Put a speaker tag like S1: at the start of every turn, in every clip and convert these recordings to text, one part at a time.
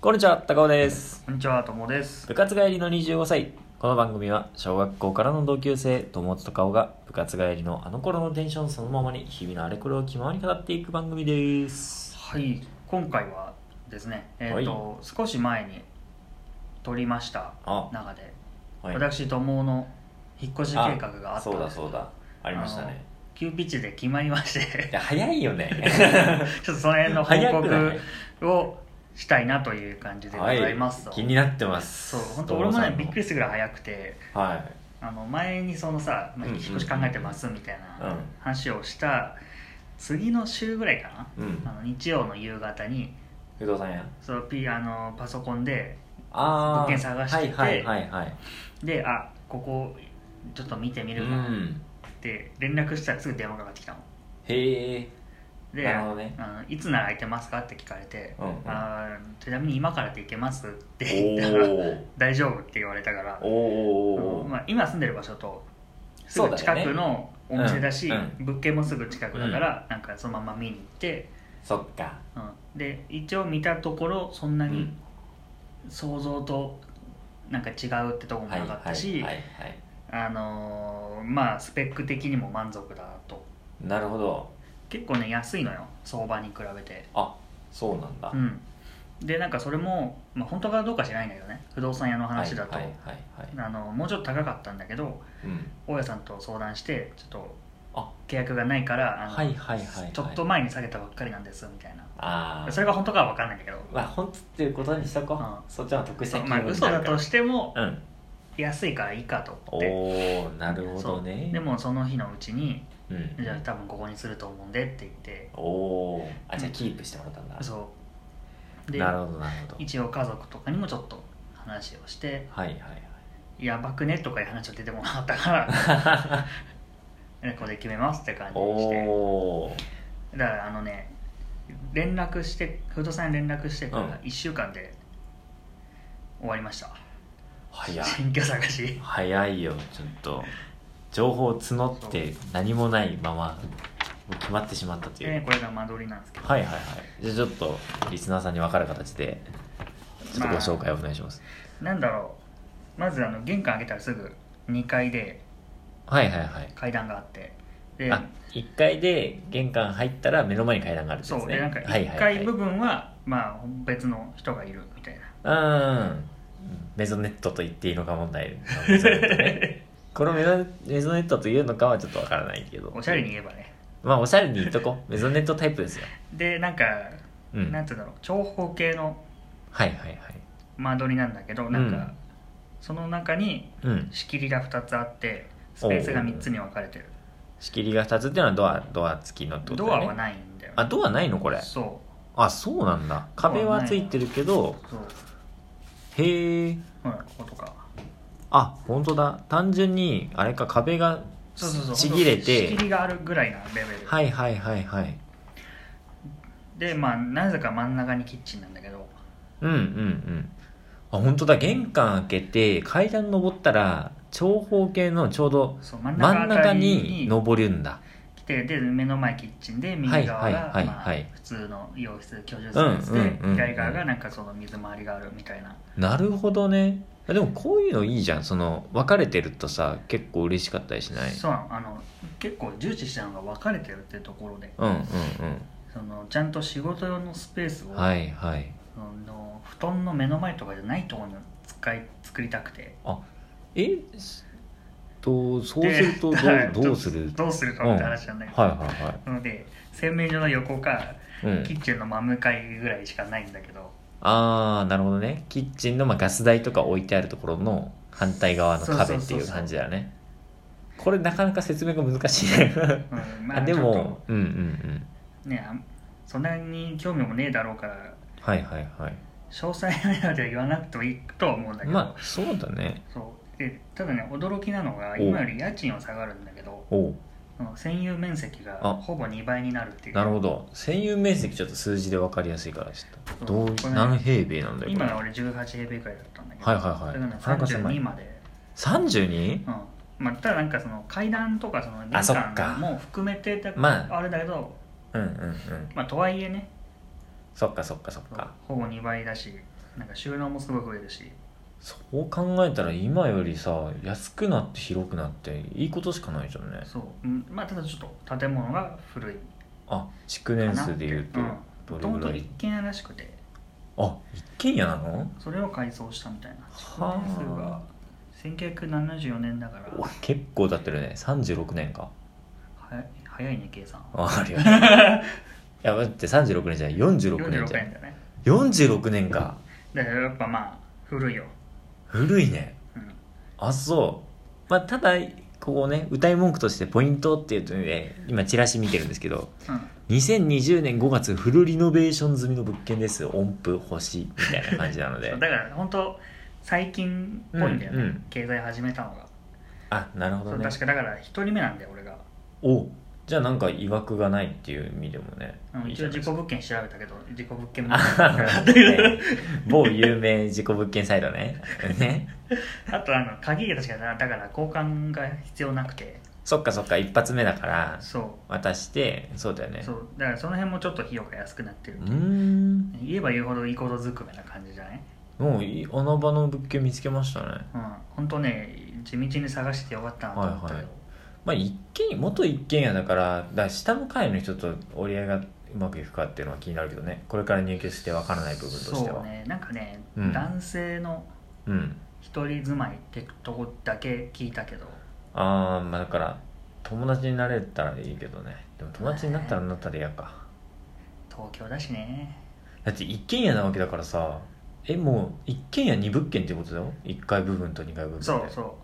S1: こんにちは、高尾です。
S2: こんにちは、ともです。
S1: 部活帰りの25歳。この番組は小学校からの同級生、友達と高尾が部活帰りのあの頃のテンションそのままに日々のあれこれを気ままに語っていく番組です。
S2: はい、今回はですね、えっ、と、
S1: は
S2: 少し前に撮りました
S1: あ
S2: 中で、
S1: はい。
S2: 私ともの引っ越し計画があった
S1: そ
S2: ん
S1: うだ
S2: ですけ
S1: そ
S2: ど
S1: うだ。ありましたね。
S2: 急ピッチで決まりまし
S1: い
S2: て、
S1: や、早いよね。
S2: ちょっとその辺の報
S1: 早くない
S2: 告をしたいなという感じでご
S1: は
S2: ざい
S1: い
S2: ます。。
S1: 気になってます。
S2: そう、本当俺もね、びっくり
S1: り。
S2: するぐらい早くて、
S1: はい。
S2: あの前にそのさ、まあ、
S1: うん
S2: 引
S1: うん
S2: っ越し考えてますみたいな
S1: うん
S2: 話をした次の週ぐらいかな、
S1: うん
S2: あの日曜の夕方に
S1: 不動産屋。
S2: そのピあのパソコンで
S1: ああ。
S2: 物件探してて
S1: はいはいはいはい。
S2: であここちょっと見てみ
S1: う
S2: るか
S1: ん。
S2: って連絡したらすぐ電話かかってきたの
S1: へえ。
S2: で、
S1: なるほど ね
S2: あのいつなら空いてますかって聞かれて、
S1: うんうん
S2: あーちなみに今からで行けますって言ったら
S1: お
S2: 大丈夫って言われたから
S1: お。お
S2: あの
S1: お。
S2: まあ、今住んでる場所とす
S1: そう
S2: ぐ
S1: だよね
S2: 近くのお店だし
S1: うん
S2: 物件もすぐ近くだから、なんかそのまま見に行って、
S1: そっか。
S2: うん、で一応見たところそんな
S1: う
S2: に
S1: ん
S2: 想像となんか違うってとこも
S1: はいは
S2: な
S1: い
S2: かったし、
S1: はいはい。
S2: あのーまあスペック的にも満足だと
S1: なるほど
S2: 結構ね安いのよ相場に比べて
S1: あそうなんだ、
S2: うんでなんかそれも、まあ、本当かどうか知らないんだけどね不動産屋の話だと、
S1: はいはいはいはい、
S2: あのもうちょっと高かったんだけど
S1: うん、
S2: 大家さんと相談してちょっと
S1: あ
S2: 契約がないからあの
S1: はいはいはいはい
S2: ちょっと前に下げたばっかりなんですみたいな、
S1: ああ
S2: それが本当かは分かんないんだけど
S1: まあ本当っていうことにしとこう、
S2: うん
S1: そっちの得
S2: そ
S1: 先
S2: うまあ嘘だとしても
S1: うん
S2: 安いからいいかと
S1: お
S2: 思って
S1: おなるほどね
S2: そうでもその日のうちに
S1: うん
S2: じゃあ多分ここにすると思うんでって言って
S1: おおあじゃあキープしてもらったんだ、
S2: そうで
S1: なるほどなるほど
S2: 一応家族とかにもちょっと話をして
S1: はいはいはい
S2: 「やばくね」とかいう話は出てもなかったか らここで決めますって感じ
S1: お
S2: にして
S1: お
S2: だからあのね連絡して不動産屋に連絡してから
S1: う
S2: 1週間で終わりました、
S1: 早い
S2: 新居探し
S1: 早いよちょっと情報を募って何もないままもう決まってしまったという
S2: でこれが間取りなんですけど
S1: はいはいはいじゃあちょっとリスナーさんに分かる形でちょっとご紹介をお願いします、
S2: なんだろうまずあの玄関開けたらすぐ2階で
S1: はいはいはい
S2: 階段があってで
S1: あ一1階で玄関入ったら目の前に階段があるんですね
S2: そうでなんか
S1: はい
S2: 1
S1: はいはい
S2: 階部分はまあ別の人がいるみたいな
S1: うんメゾネットと言っていいのか問題メゾネット ねこのメゾメゾネットというのかはちょっとわからないけど
S2: おしゃれに言えばね
S1: まあおしゃれに言っとこうメゾネットタイプですよ
S2: でなんか、
S1: うん
S2: なんていうんだろう長方形の
S1: はいはいはい
S2: 間取りなんだけどなんか、
S1: うん
S2: その中に
S1: うん
S2: 仕切りが2つあってスペースが3つに分かれてる
S1: 仕切りが2つっていうのはドアドア付きのってこと
S2: ド
S1: だ
S2: ア
S1: よね
S2: はないんだよね
S1: あドアないのこれ
S2: そ
S1: あそうなんだ
S2: ドアない
S1: 壁はついてるけど
S2: うそう
S1: へえ
S2: ほらこことか
S1: あ本当だ単純にあれか壁が
S2: そうそうそう
S1: ちぎれ
S2: ほんと仕切
S1: て
S2: りがあるぐらいなレベル、
S1: はいはいはいはい
S2: でまあなぜか真ん中にキッチンなんだけど
S1: うんうんうんあ本当だ玄関開けて階段登ったら長方形のちょうど
S2: そう真ん中
S1: 真ん
S2: あた
S1: 中
S2: り
S1: に
S2: に
S1: 登るんだ
S2: 来てで目の前キッチンで右側が、
S1: はいはい
S2: まあ
S1: はいはい
S2: 普通の洋室居住スペースで、
S1: うんうんうん
S2: 左側がなんかその水回りがあるみたいな
S1: なるほどねあでもこういうのいいじゃんその分かれてるとさ結構嬉しかったりしない
S2: そうなのあの結構重視したのが分かれてるってところで
S1: うんうん
S2: そのちゃんと仕事用のスペースを、
S1: うんはいはい
S2: その布団の目の前とかじゃないところに使い作りたくて
S1: えすとそうすると
S2: ではい
S1: どうどうする
S2: どうするかって話なんだけど、
S1: はいはいはい
S2: なので洗面所の横か
S1: うん
S2: キッチンの真向かいぐらいしかないんだけど
S1: ああなるほどねキッチンの、まあ、ガス台とか置いてあるところの反対側の壁っていう感じだよねこれなかなか説明が難しいね
S2: うん ま
S1: あ
S2: あ
S1: で
S2: ちょっ
S1: もうんうんうん
S2: とねあんそんなに興味もねえだろうから
S1: はいはいはい
S2: 詳細なのでは言わなくてもいいとは思うんだけど、
S1: まあそうだね
S2: そうでただね驚きなのが
S1: お
S2: 今より家賃は下がるんだけど
S1: おう
S2: その占有面積が
S1: あ
S2: ほぼ2倍になるっていう
S1: なるほど占有面積ちょっと数字で分かりやすいからちょっとど
S2: そううこれね
S1: 何平米なんだよこ
S2: 今
S1: れ
S2: が俺18平米くらいだったんだけど、
S1: はいはいはい
S2: それがね
S1: なかなか狭い
S2: 32まで、
S1: 32?
S2: うんまあ、ただなんかその階段とかその玄
S1: あそっか
S2: 関も含めてだ
S1: まあ
S2: あれだけど
S1: うんうんうん
S2: まあとはいえね
S1: そっかそっかそっか
S2: ほぼ2倍だしなんか収納もすごい増えるし
S1: そう考えたら今よりさ安くなって広くなっていいことしかないじゃんね
S2: そう、うん、まあただちょっと建物が古い
S1: あ築年数でいうと
S2: かな
S1: ど
S2: も
S1: れ
S2: と
S1: ぐ
S2: もと
S1: ら
S2: 一
S1: い
S2: 軒家らしくて
S1: あ一軒家なの
S2: それを改装したみたいな
S1: はあ
S2: 築年数が1974年だから
S1: お結構経ってるね36年か
S2: は早いね計算
S1: ああり がとういや待って36年じゃない46
S2: 46
S1: 年
S2: 年
S1: じゃん
S2: だね
S1: 46年か
S2: だからやっぱまあ古いよ、
S1: 古いね
S2: うん、
S1: あそうまあただここね歌い文句としてポイントっていうとね今チラシ見てるんですけど
S2: うん
S1: 2020年5月フルリノベーション済みの物件です音符星みたいな感じなので
S2: そうだから本当最近っぽいんだよ
S1: う
S2: ね、
S1: んうん
S2: 経済始めたのが、
S1: あなるほ
S2: そ
S1: ど
S2: う
S1: ね
S2: 確かだから1人目なんだよ俺が
S1: おじゃあなんか曰くがないっていう意味でもね
S2: うん
S1: いい
S2: 一
S1: じ
S2: 応
S1: ゃない
S2: 自
S1: で
S2: 己
S1: すか
S2: 物件調べたけど自己物件も
S1: あね某有名事故物件サイトね ね
S2: あとあの鍵が確かだから交換が必要なくて
S1: そっかそっか一発目だから
S2: そ
S1: 渡してそうだよ
S2: う
S1: ね
S2: そうだからその辺もちょっと費用が安くなってる
S1: うーん
S2: 言えば言うほどいいことずくめな感じじゃない
S1: もういい穴場の物件見つけましたね
S2: うん本当ね地道に探してよかったなと思ったけど、
S1: はいはまあ一軒元一軒家だからだから下の階の人と折り合いがうまくいくかっていうのは気になるけどねこれから入居してわからない部分として
S2: そ
S1: は
S2: うねなんかね、
S1: うん
S2: 男性の
S1: うん
S2: 一人住まいってとこだけ聞いたけど
S1: ああまあだから友達になれたらいいけどねでも友達になったらなったで嫌か
S2: 東京だしね
S1: だって一軒家なわけだからさえもう一軒家二物件ってことだよ1階部分と2階部分で
S2: そうそ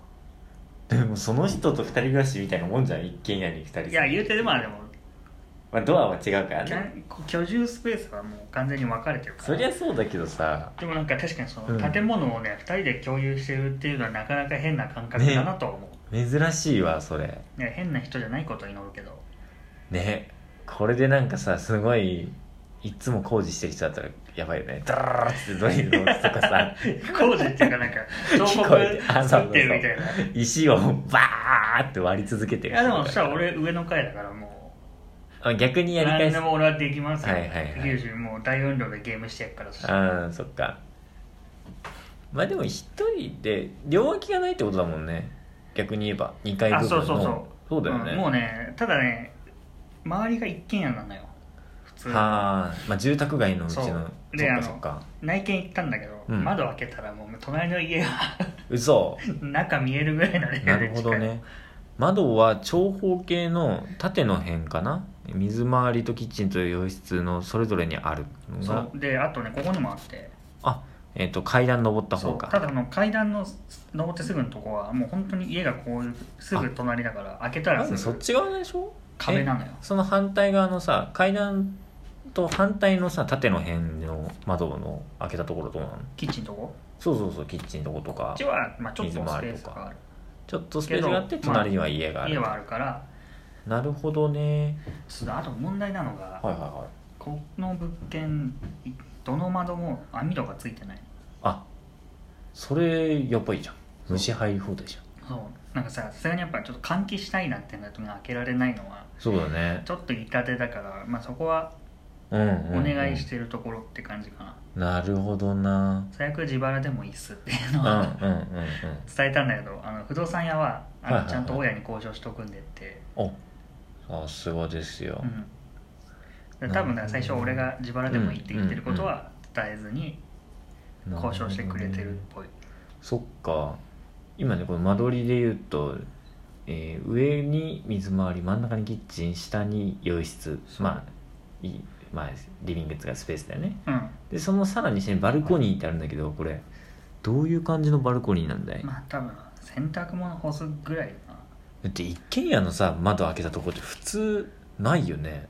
S2: う
S1: でもその人と2人暮らしみたいなもんじゃん一軒家に2人
S2: いや言うてでもでも
S1: まあ、ドアは違うから
S2: きゃ
S1: ね
S2: 居住スペースはもう完全に分かれてるから
S1: そりゃそうだけどさ
S2: でもなんか確かにそ
S1: うん
S2: の建物をね、二2人で共有してるっていうのはなかなか変な感覚だなとは思
S1: 珍しいわそれ
S2: う、ね、変な人じゃないことを祈るけど
S1: ねこれでなんかさすごいいつも工事してる人だったらやばいよねダラララってドリルの音とかさ
S2: 工事っていうかなんか 彫
S1: 聞
S2: 刻
S1: こえてあそうそうそう
S2: 作ってるみたいない
S1: 石をバーって割り続けてる
S2: やでもさ
S1: 人だから
S2: 俺上の階だからも
S1: あ逆に
S2: う
S1: やり
S2: 何
S1: 返
S2: ですも俺はできますよ、
S1: はいはいはい
S2: 九州もう大音量でゲームしてやっからさ
S1: ああそっかまあでも一人で両脇がないってことだもんね逆に言えば2階部分の
S2: あそうそうそう
S1: そうだよね、
S2: んもうねただね周りが一軒家なのよ普通
S1: はあまあ住宅街のうちの
S2: そう
S1: そ
S2: で
S1: っ
S2: あ
S1: か
S2: の
S1: そっか
S2: 内見行ったんだけど、
S1: うん
S2: 窓開けたらもう隣の家が
S1: 嘘
S2: 中見えるぐらいのレベル
S1: なるほどね窓は長方形の縦の辺かな水回りとキッチンと洋室のそれぞれにあるの
S2: 近い
S1: が
S2: そうであとねここにもあって
S1: あえっ、と階段登った方
S2: そう
S1: か
S2: ただあの階段の登ってすぐのとこはもう本当に家がこういうすぐ隣だから開けたら
S1: あ
S2: す
S1: そっ
S2: ぐ
S1: ち側でしょ
S2: 壁なのよ
S1: その反対側のさ階段と反対のさ縦の辺の窓の開けたところどうなの
S2: キッチンのとこ
S1: そうそうそうキッチンのとこと
S2: こ
S1: か
S2: っちは、まあ、ちょっとスペ
S1: 水回り
S2: ー
S1: と
S2: ス
S1: か
S2: がある
S1: ちょっとスペースがあって
S2: けどまあ
S1: 隣には家があ
S2: 家
S1: る、
S2: はあるから
S1: なるほどね
S2: そうだあと問題なのが、
S1: はいはいはい
S2: この物件いどの窓も網戸がついてない
S1: あそれやっぱいいじゃん虫入り放題じゃん
S2: そうなんかささすがにやっぱちょっと換気したいなってなると開けられないのは
S1: そうだね
S2: ちょっと痛手だから、まあ、そこは
S1: うんうん
S2: お
S1: うん、
S2: 願いしてるところって感じかな、
S1: なるほどな
S2: 最悪自腹でもいいっすっていう
S1: うんうんうん
S2: の
S1: う
S2: は、
S1: ん
S2: 伝えたんだけどあの不動産屋はあ
S1: はいはいは
S2: の
S1: い
S2: ちゃんと親に交渉しとくんでって、
S1: おさすがですよ、
S2: うん、で多分だから最初俺が自腹でもいいって言ってることは伝えずに
S1: なるほどね
S2: 交渉してくれてるっぽい、
S1: そっか今ねこの間取りで言うと、えー上に水回り真ん中にキッチン下に洋室まあいまあリビングっていうかスペースだよね
S2: うん
S1: でそのさらに下にバルコニーってあるんだけどこれどういう感じのバルコニーなんだい、
S2: まあ多分洗濯物干すぐらいかな
S1: だって一軒家のさ窓開けたとこって普通ないよね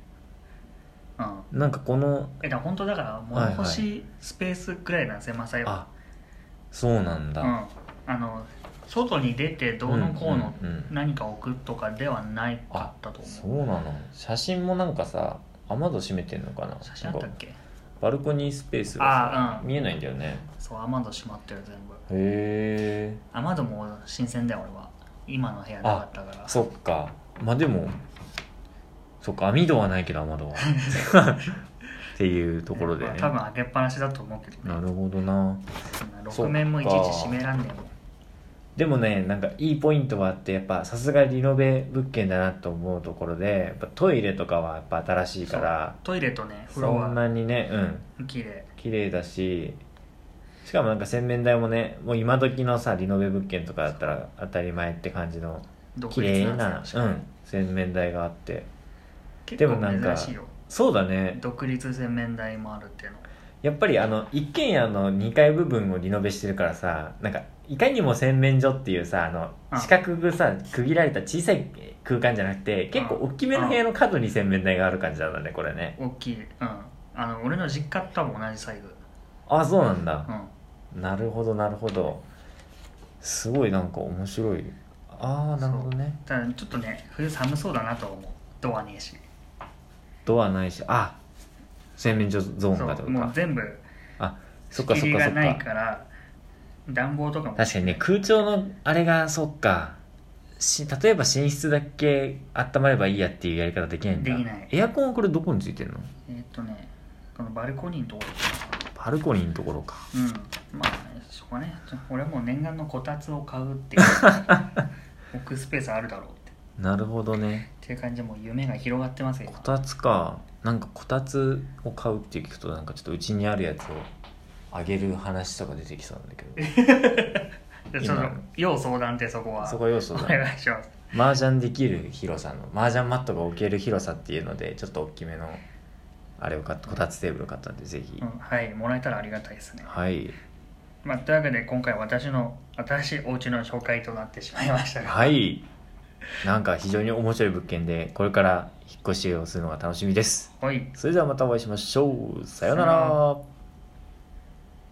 S2: うん
S1: なんかこの
S2: えだから本当だから物干しスペースぐらいなん狭さよ、
S1: あそうなんだ、
S2: うん、あの外に出てどうのこうの
S1: うんうんうん
S2: 何か置くとかではないかったと
S1: そ
S2: 思う、
S1: うなの写真もなんかさ雨戸閉めてんのかな
S2: 写真あった
S1: な
S2: っ
S1: んか
S2: け
S1: バルコニースペースがさ
S2: あ、うん
S1: 見えないんだよね
S2: そう雨戸閉まってる全部
S1: へえ
S2: 雨戸も新鮮だよ俺は今の部屋なかったから
S1: そっ かまあでもそっか網戸はないけど雨戸はっていうところでね
S2: まあ、多分開けっぱなしだと思うけど
S1: な
S2: ね
S1: るほどな
S2: そんな
S1: そう
S2: 6
S1: か
S2: 面もいちいち閉めらんねんもん
S1: でもねなんかいいポイントはあってやっぱさすがリノベ物件だなと思うところでやっぱトイレとかはやっぱ新しいから
S2: トイレとね風呂
S1: そん
S2: は
S1: なにねうん
S2: 綺麗
S1: 綺麗だししかもなんか洗面台もねもう今時のさリノベ物件とかだったら当たり前って感じの綺
S2: 独立
S1: 麗
S2: なん
S1: な
S2: です
S1: う
S2: よ
S1: ん洗面台があって
S2: 結
S1: でも
S2: 構
S1: なんか
S2: 珍しいよ
S1: そうだね
S2: 独立洗面台もあるっていうの
S1: やっぱりあの一軒家の2階部分をリノベしてるからさなんかいかにも洗面所っていうさあの
S2: うん
S1: 四角くさ区切られた小さい空間じゃなくて結構大きめの部屋の角に洗面台がある感じなんだねこれね
S2: 大きいうんあの俺の実家と多分同じサイズ
S1: あそうなんだ
S2: うん
S1: なるほどなるほどすごいなんか面白いああなるほどね
S2: ただちょっとね冬寒そうだなとは思うドアねえし
S1: ドアないしあ洗面所ゾーン
S2: そ
S1: かって
S2: う
S1: こと
S2: もう
S1: か
S2: 全部
S1: あそ
S2: 仕
S1: っか
S2: 切
S1: そっ
S2: り
S1: か
S2: が
S1: そっ
S2: ない
S1: か
S2: から暖房とかも
S1: 確かにね空調のあれがそっかし例えば寝室だけ温まればいいやっていうやり方できないんだ
S2: できない
S1: エアコンはこれどこについてんの
S2: えーっとねこのバルコニーのとこ
S1: バルコニーのところか
S2: ろうんまあしょうがね俺はもう念願のこたつを買 うっていう置くスペースあるだろうって
S1: なるほどね
S2: っていう感じでもう夢が広がってますよ
S1: こたつかなんかこたつを買うって聞くとなんかちょっとうちにあるやつをあげる話とか出てきそうなんだけど
S2: 今ちょっと要相談ってそこ は
S1: そこ要素
S2: お
S1: だ
S2: 願いします
S1: 麻雀できる広さの麻雀マットが置ける広さっていうのでちょっと大きめのあれを買ってこたつテーブルを買ったんでぜひ、
S2: うん、はいもらえたらありがたいですね、
S1: はい
S2: まあ、というわけで今回私の新しいお家の紹介となってしまいましたが
S1: はいなんか非常に面白い物件でこれから引っ越しをするのが楽しみです
S2: はい
S1: それではまたお会いしましょうさような
S2: さよ
S1: ら